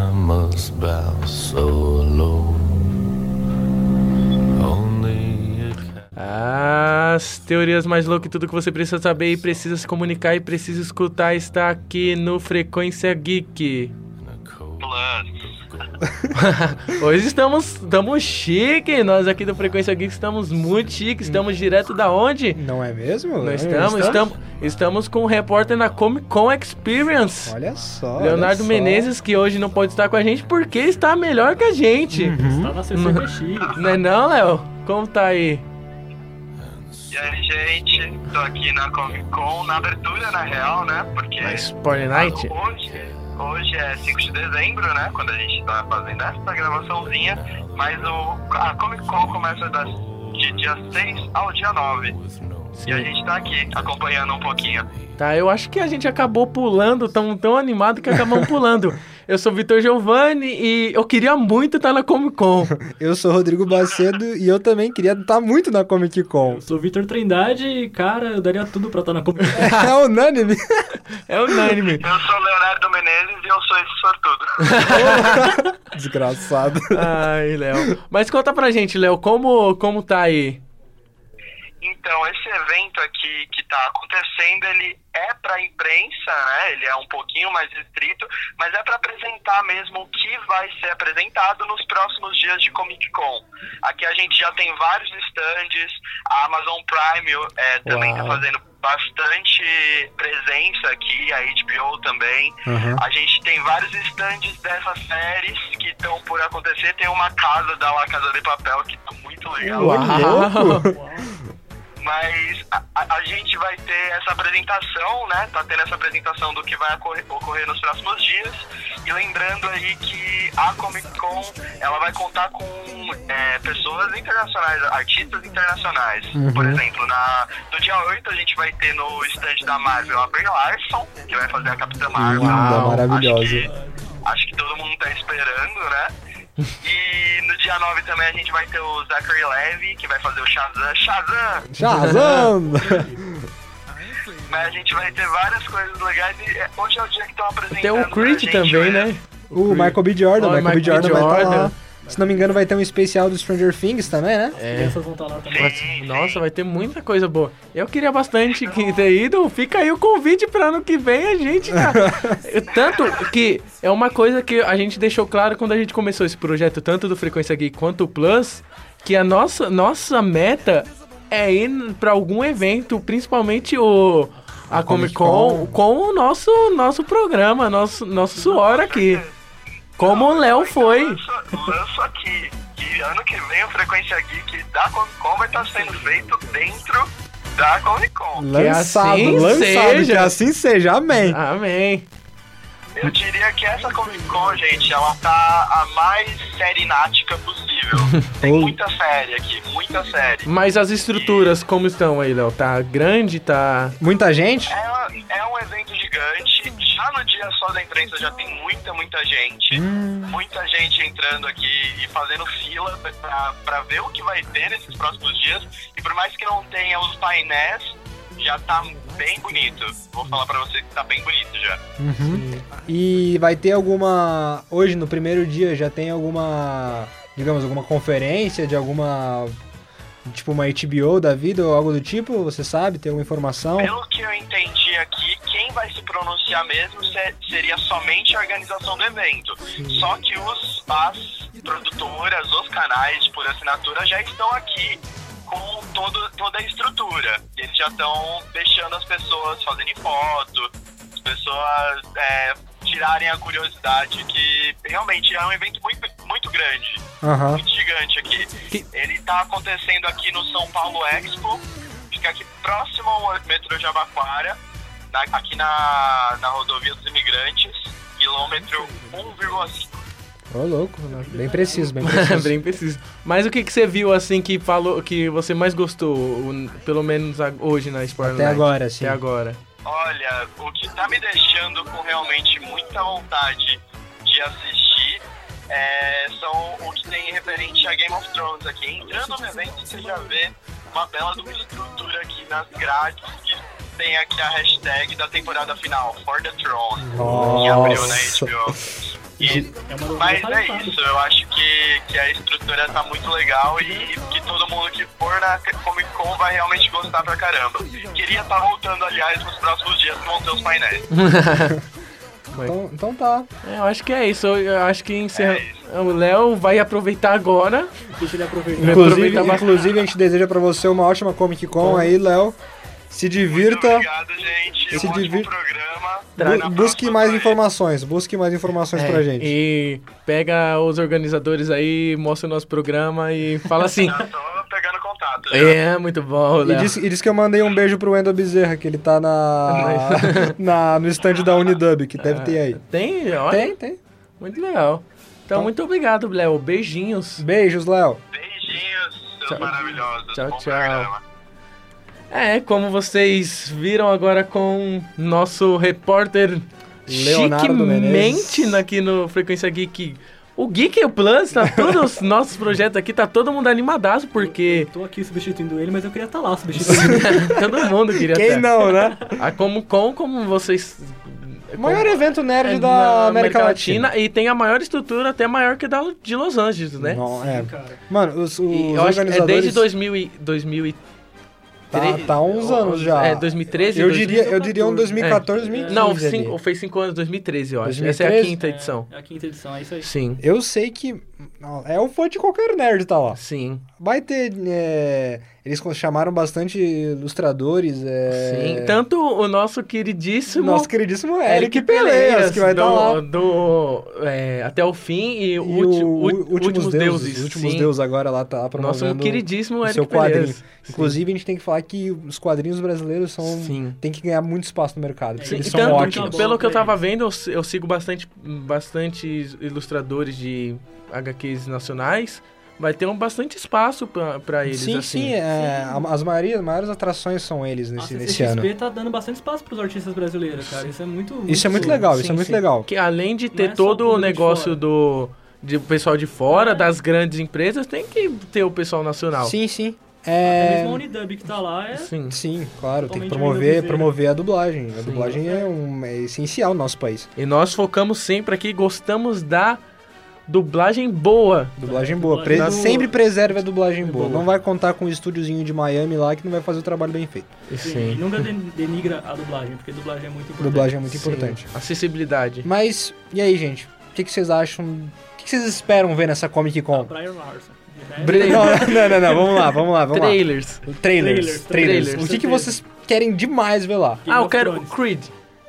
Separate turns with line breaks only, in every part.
Damos bow so low. Only it can.
As teorias mais loucas e tudo que você precisa saber e precisa se comunicar e precisa escutar está aqui no Frequência Geek. Hoje estamos, estamos chique, nós aqui do Frequência Geek estamos muito chique, estamos direto da onde?
Não é mesmo?
Nós estamos, estamos, estamos com o repórter na Comic Con Experience.
Olha só. olha
Leonardo
só.
Menezes, que hoje não pode estar com a gente porque está melhor que a gente.
Uhum.
Está na CCBX.
Não é não, Léo? Como tá aí?
E aí, gente, tô aqui na Comic Con, na abertura, na real, né? Porque
Na Spoiler Night?
hoje, hoje é 5 de dezembro, né? Quando a gente tá fazendo essa gravaçãozinha, mas o, a Comic Con começa das, de dia 6 ao dia 9. E a gente tá aqui acompanhando um pouquinho.
Tá, eu acho que a gente acabou pulando, tão, tão animado que acabamos pulando. Eu sou Vitor Giovanni e eu queria muito estar na Comic Con.
Eu sou Rodrigo Bacedo e eu também queria estar muito na Comic Con.
Eu sou o Vitor Trindade e, cara, eu daria tudo pra estar na Comic Con.
É unânime.
É unânime.
Eu sou Leonardo Menezes e eu sou esse sortudo.
Desgraçado.
Ai, Léo. Mas conta pra gente, Léo, como, como tá aí?
Então, esse evento aqui que está acontecendo, ele é para imprensa, né? Ele é um pouquinho mais restrito, mas é para apresentar mesmo o que vai ser apresentado nos próximos dias de Comic Con. Aqui a gente já tem vários stands, a Amazon Prime eh, também está
Uau.
fazendo bastante presença aqui, a HBO também. A gente tem vários stands dessas séries que estão por acontecer. Tem uma casa da La Casa de Papel que tá muito legal. Mas a, a- a gente vai ter essa apresentação, né? Tá tendo essa apresentação do que vai ocorrer, ocorrer nos próximos dias. E lembrando aí que a Comic Con ela vai contar com é, pessoas internacionais, artistas internacionais.
Uhum.
Por exemplo, na, no dia 8 a gente vai ter no stand da Marvel a Brie Larson, que vai fazer a Capitã Marvel.
Linda,
Acho
maravilhosa.
que- acho que todo mundo tá esperando, né? E no dia 9 também a gente vai ter o Zachary Levy, que vai fazer o Shazam. Shazam!
Shazam!
Mas a gente vai ter várias coisas legais e é, hoje é o dia que estão apresentando.
Tem o
pra
Creed
gente, Então,
também, né?
O Michael B. Jordan.
Ó,
Michael,
Michael
B.
B.
Jordan vai estar
Jordan. É,
lá. Se não me engano, vai ter um especial do Stranger Things também, né?
Essas vão estar lá também.
Nossa, Nossa, vai ter muita coisa boa. Eu queria bastante que ter ido. Fica aí o convite para ano que vem a gente. tá? tanto que é uma coisa que a gente deixou claro quando a gente começou esse projeto, tanto do Frequência Geek quanto o Plus, que a nossa, nossa meta é ir para algum evento, principalmente o a Comic Con, com o nosso nosso programa, nosso nosso suor aqui. Como o Léo foi.
Lança, lança aqui que ano que vem o Frequência Geek da Comic Con vai estar sendo feito dentro da Comic Con.
Lançado,
assim
lançado.
seja.
Que assim seja. Amém.
então, Amém.
Eu diria que essa Comic Con, gente, ela tá a mais série nática possível. Tem muita série aqui, muita série.
Mas as estruturas, como estão aí, Léo? Tá grande, tá.
Muita gente?
É, é um evento gigante. Já no dia só da imprensa já tem muita, muita gente. Muita gente entrando aqui e fazendo fila pra, pra ver o que vai ter nesses próximos dias. E por mais que não tenha os painéis, já tá bem bonito. Vou falar pra vocês que tá bem bonito já.
E vai ter alguma. Hoje, no primeiro dia, já tem alguma. Digamos, alguma conferência de alguma. Tipo uma HBO da vida ou algo do tipo? Você sabe? Tem alguma informação?
Pelo que eu entendi aqui, quem vai se pronunciar mesmo se- seria somente a organização do evento. Só que os, as produtoras, os canais por assinatura já estão aqui com todo, toda a estrutura. Eles já estão deixando as pessoas fazerem foto, as pessoas é, tirarem a curiosidade que realmente é um evento muito, muito grande
Aham.
muito gigante aqui. Ele tá acontecendo aqui no São Paulo Expo, fica aqui próximo ao metrô Jabaquara, na- aqui na, na rodovia dos imigrantes, quilômetro 1,5.
Ô, louco. né? Bem preciso, bem preciso.
Bem preciso. Mas o que, que você viu assim que falou que você mais gostou, o- pelo menos a- hoje na Spoiler
Até
Night?
agora, sim.
Até agora.
Olha, o que tá me deixando com realmente muita vontade de assistir é, são o que tem referente a Game of Thrones aqui. Entrando no evento, você já vê uma bela de uma estrutura aqui nas grades que tem aqui a hashtag da temporada final, For the Throne, em abril né, na
Nossa.
HBO. E-
É uma novela
mas é
talentada.
isso, eu acho que, que a estrutura tá muito legal e que todo mundo que for na Comic Con vai realmente gostar pra caramba. Queria estar voltando, aliás, nos próximos dias com os painéis.
Então, então tá.
É, eu acho que é isso. Eu- Eu acho que encerra...
É
o Léo vai aproveitar agora.
Deixa ele aproveitar.
Vai
Inclusive,
aproveitar bastante.
inclusive, a gente deseja pra você uma ótima Comic Con aí, Léo. Se
Muito
divirta.
obrigado, gente.
se
um ótimo
divir-
programa.
Bu-
Na
busque
próxima
mais
vai-
informações. Busque mais informações
É,
pra gente.
E pega os organizadores aí, mostra o nosso programa e fala assim.
Já tô pegando contato. já.
é, muito bom,
E
Léo.
diz, e diz que eu mandei um beijo pro Wendel Bezerra, que ele tá na, na- no stand da Unidub, que deve ter aí.
Tem, olha,
Tem, tem.
muito legal. Então, muito obrigado, Léo. Beijinhos.
Beijos, Léo.
Beijinhos, seus
Tchau.
maravilhosos.
Tchau,
Bom
tchau.
programa.
É, como vocês viram agora com nosso repórter
Leonardo
chiquemente
Menezes.
aqui no Frequência Geek. O Geek e o Plus, tá todos os nossos projetos aqui, tá todo mundo animadaço, porque
Eu tô aqui substituindo ele, mas eu queria estar lá substituindo ele.
todo mundo queria tá.
Quem não, né?
A Comic Con, como vocês...
O maior evento nerd
é
da
na
América, Latina.
E tem a maior estrutura, até maior que a da, de Los Angeles, né?
Não, é.
Cara,
Mano, os, os
E eu acho que
organizadores...
é desde 2000 e, 2003...
Tá, tá há uns anos já.
É, 2013.
eu,
2014.
diria, eu diria um 2014, 2015
é Não,
ali.
cinco, foi 5 anos, 2013, eu acho. Essa é a
2013?
quinta edição.
É a quinta edição, é isso aí.
Sim,
Eu sei que... não, É o fã de qualquer nerd tá lá.
sim,
Vai ter... é, Eles co- chamaram bastante ilustradores. É...
sim. então, Tanto o nosso queridíssimo...
Nosso queridíssimo Eric, Peleiras, que vai
do,
estar lá.
do, é, Até o Fim e,
E o
Ulti-
Ú-
Ú-
Últimos, Deuses. Últimos
sim.
Deuses agora lá tá
Nosso
promovendo
queridíssimo
o
Eric
seu quadrinho.
Peleiras.
Inclusive, a gente tem que falar que os quadrinhos brasileiros são...
Sim.
Tem que ganhar muito espaço no mercado. porque
Então, Sim,
eles
e
são
tanto,
ótimos.
que,
Tá
pelo
bom
que eu
pra
tava vendo, eu, si- eu sigo bastante, bastante ilustradores de HQs nacionais. Vai ter um bastante espaço pra, pra eles,
Sim,
assim.
sim, é, a- as maiorias, maiores atrações são eles
A
nesse, nesse ano.
CCXP tá dando bastante espaço pros artistas brasileiros, cara. Isso é muito.
Isso é muito legal, isso
sim,
é muito
sim.
legal.
Que além de ter
Não é só
todo o
público de
negócio
fora. É.
do de pessoal de fora, das grandes empresas, tem que ter o pessoal nacional.
Sim, sim.
É
É...
mesmo a Unidub que tá lá é.
Sim.
Sim, claro, tem que
Totalmente
promover,
brasileiro.
promover a dublagem. A dublagem é, um, é essencial no nosso país.
E nós focamos sempre aqui, gostamos da dublagem boa.
Dublagem boa. Pre-
dublagem boa.
Sempre preserve a dublagem boa.
Boa.
Não vai contar com um estúdiozinho de Miami lá que não vai fazer o trabalho bem feito.
E nunca den- denigra a dublagem, porque dublagem é muito importante.
Dublagem é muito
Sim.
importante.
Acessibilidade.
Mas, e aí, gente? O que, que vocês acham? O que, que vocês esperam ver nessa Comic
Tá,
Con?
Brian Larson. né?
Bri-
Não, não, não, não, vamos lá, vamos lá, vamos lá.
Trailers.
Trailers,
Trailers,
trailers.
trailers.
O que, que vocês querem demais ver lá?
Game
ah, eu
of
quero
Thrones.
Creed.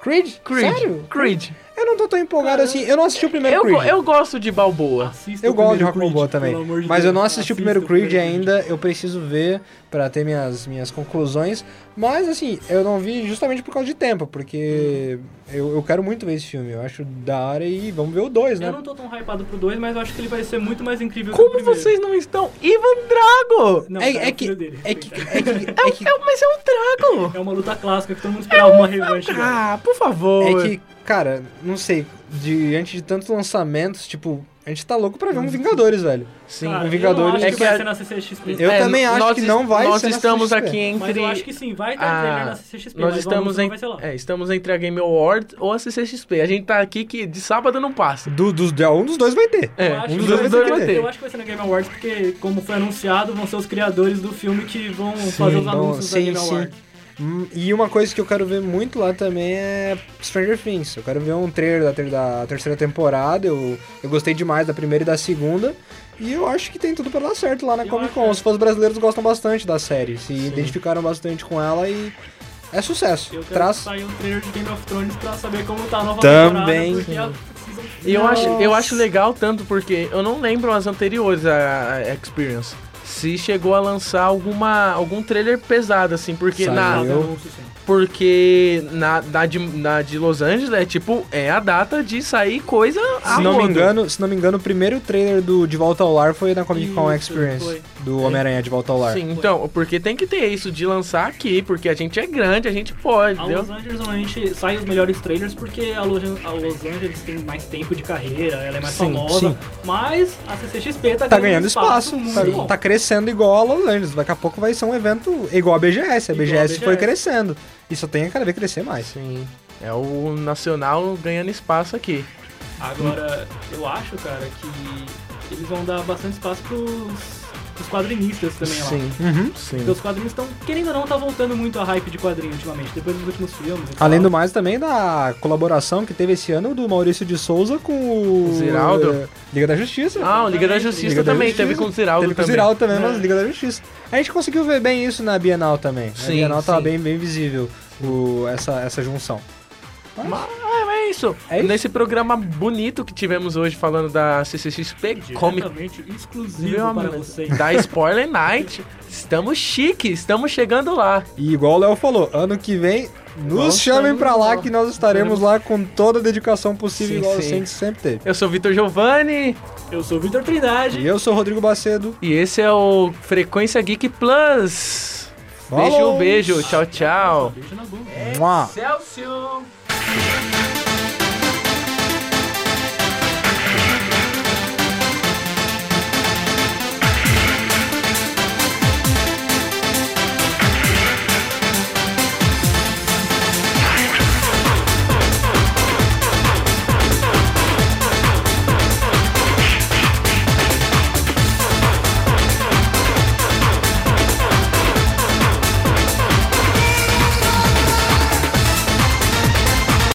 Creed?
Creed.
Sério?
Creed.
Eu não tô tão empolgado assim. Eu não assisti o primeiro
Eu,
Creed.
go- eu gosto de Balboa.
Assista
Eu
o
gosto de
primeiro
Rock Balboa
Creed,
também.
pelo amor de
mas eu
Deus.
não assisti o primeiro
Assista
Creed
primeiro
ainda. Eu preciso ver pra ter minhas, minhas conclusões. Mas, assim, eu não vi justamente por causa de tempo. Porque eu, eu quero muito ver esse filme. Eu acho da hora e vamos ver o 2,
Eu
né?
não tô tão hypado pro 2, mas eu acho que ele vai ser muito mais incrível que
Como
o primeiro.
vocês não estão? Ivan Drago!
Não,
É-
cara,
é
o
que-
filho dele,
É que,
respeita.
é que, é que,
É, mas é um Drago!
É uma luta clássica que todo
É
mundo esperava uma revanche. cara.
Ah, por favor.
é que, cara, não sei. Diante de tantos lançamentos, tipo, a gente tá louco pra ver um Vingadores, velho.
Sim.
Cara,
o Vingadores-
Eu não
É
acho que,
que
vai
a-
ser na CCXP.
Eu também acho
nós
que
es-
não vai
Nós
ser na
estamos
CCXP.
aqui entre...
Mas eu acho que sim, vai ter um
Ah,
trailer na CCXP,
nós
mas
estamos,
o anúncio
em-
não vai ser lá.
é, estamos entre a Game Awards ou a CCXP. A gente tá aqui que de sábado não passa.
Do, dos- de- um dos dois vai ter.
É,
eu acho
um
que
dos
vai
dois vai
ser-
ter.
Eu acho que vai ser na Game Awards, porque, como foi anunciado, vão ser os criadores do filme que vão fazer os
então,
anúncios da
sim,
Game
sim.
Awards.
Hum, E uma coisa que eu quero ver muito lá também é Stranger Things. Eu quero ver um trailer da, ter- da terceira temporada. Eu, eu gostei demais da primeira e da segunda. E eu acho que tem tudo pra dar certo lá na
Eu
Comic Con.
acho-
Os fãs brasileiros gostam bastante da série. Se identificaram bastante com ela e é sucesso.
Eu quero
Traz.
sair um trailer de Game of Thrones pra saber como tá a nova
Também.
temporada,
Sim.
porque a season
E eu acho, eu
Nossa.
acho legal tanto porque eu não lembro as anteriores a a Experience. Se chegou a lançar alguma, algum trailer pesado, assim, porque
Ah,
na,
Saiu.
porque na, na, de, na de Los Angeles é tipo, é a data de sair coisa a
Se não, me
rodo.
engano, se não me engano, o primeiro trailer do De Volta ao Lar foi na Comic Con
Isso,
Experience.
foi.
Do Homem-Aranha De Volta ao Lar.
Sim, então, porque tem que ter isso de lançar aqui, porque a gente é grande, a gente pode,
A
entendeu?
Los Angeles normalmente sai os melhores trailers porque a Los, a Los Angeles tem mais tempo de carreira, ela é mais
Sim,
famosa.
sim.
Mas a CCXP tá,
Tá ganhando espaço,
muito
tá,
bom.
tá crescendo igual a Los Angeles. Daqui a pouco vai ser um evento igual a BGS. A
Igual a
BGS, foi
BGS.
crescendo. E só tem a cada vez crescer mais.
Sim. É o nacional ganhando espaço aqui.
Agora, eu acho, cara, que eles vão dar bastante espaço pros, pros quadrinistas também lá.
Sim,
Uhum.
sim.
Porque os quadrinhos estão, querendo ou não, tá voltando muito a hype de quadrinho ultimamente, depois dos últimos filmes. e tal.
Além do mais, também da colaboração que teve esse ano do Maurício de Souza com o.
Ziraldo?
eh, Liga da Justiça.
Ah, o Liga da Justiça
Liga da
também,
Justiça.
teve com o Ziraldo
Teve com o
também.
Ziraldo também,
É.
mas Liga da Justiça. A gente conseguiu ver bem isso na Bienal também. na
Sim,
Bienal tava
sim.
bem, bem visível o, essa, essa junção.
Mas é isso.
É isso.
Nesse programa bonito que tivemos hoje falando da CCXP Comic
Diretamente exclusivo
Viu,
para
mano?
vocês.
da Spoiler Night. Estamos chique, estamos chegando lá.
E igual o Léo falou, ano que vem nos
Vamos
chamem
aí,
pra lá
ó.
que nós estaremos lá com toda a dedicação possível,
Sim, sim.
igual a gente sempre teve.
Eu sou o Vitor Giovanni
Eu sou o Vitor Trindade.
E eu sou o Rodrigo Bacedo.
e esse é o Frequência Geek Plus.
Falou!
Beijo, beijo, tchau, tchau.
Beijo na bunda.
Mua.
Celsius!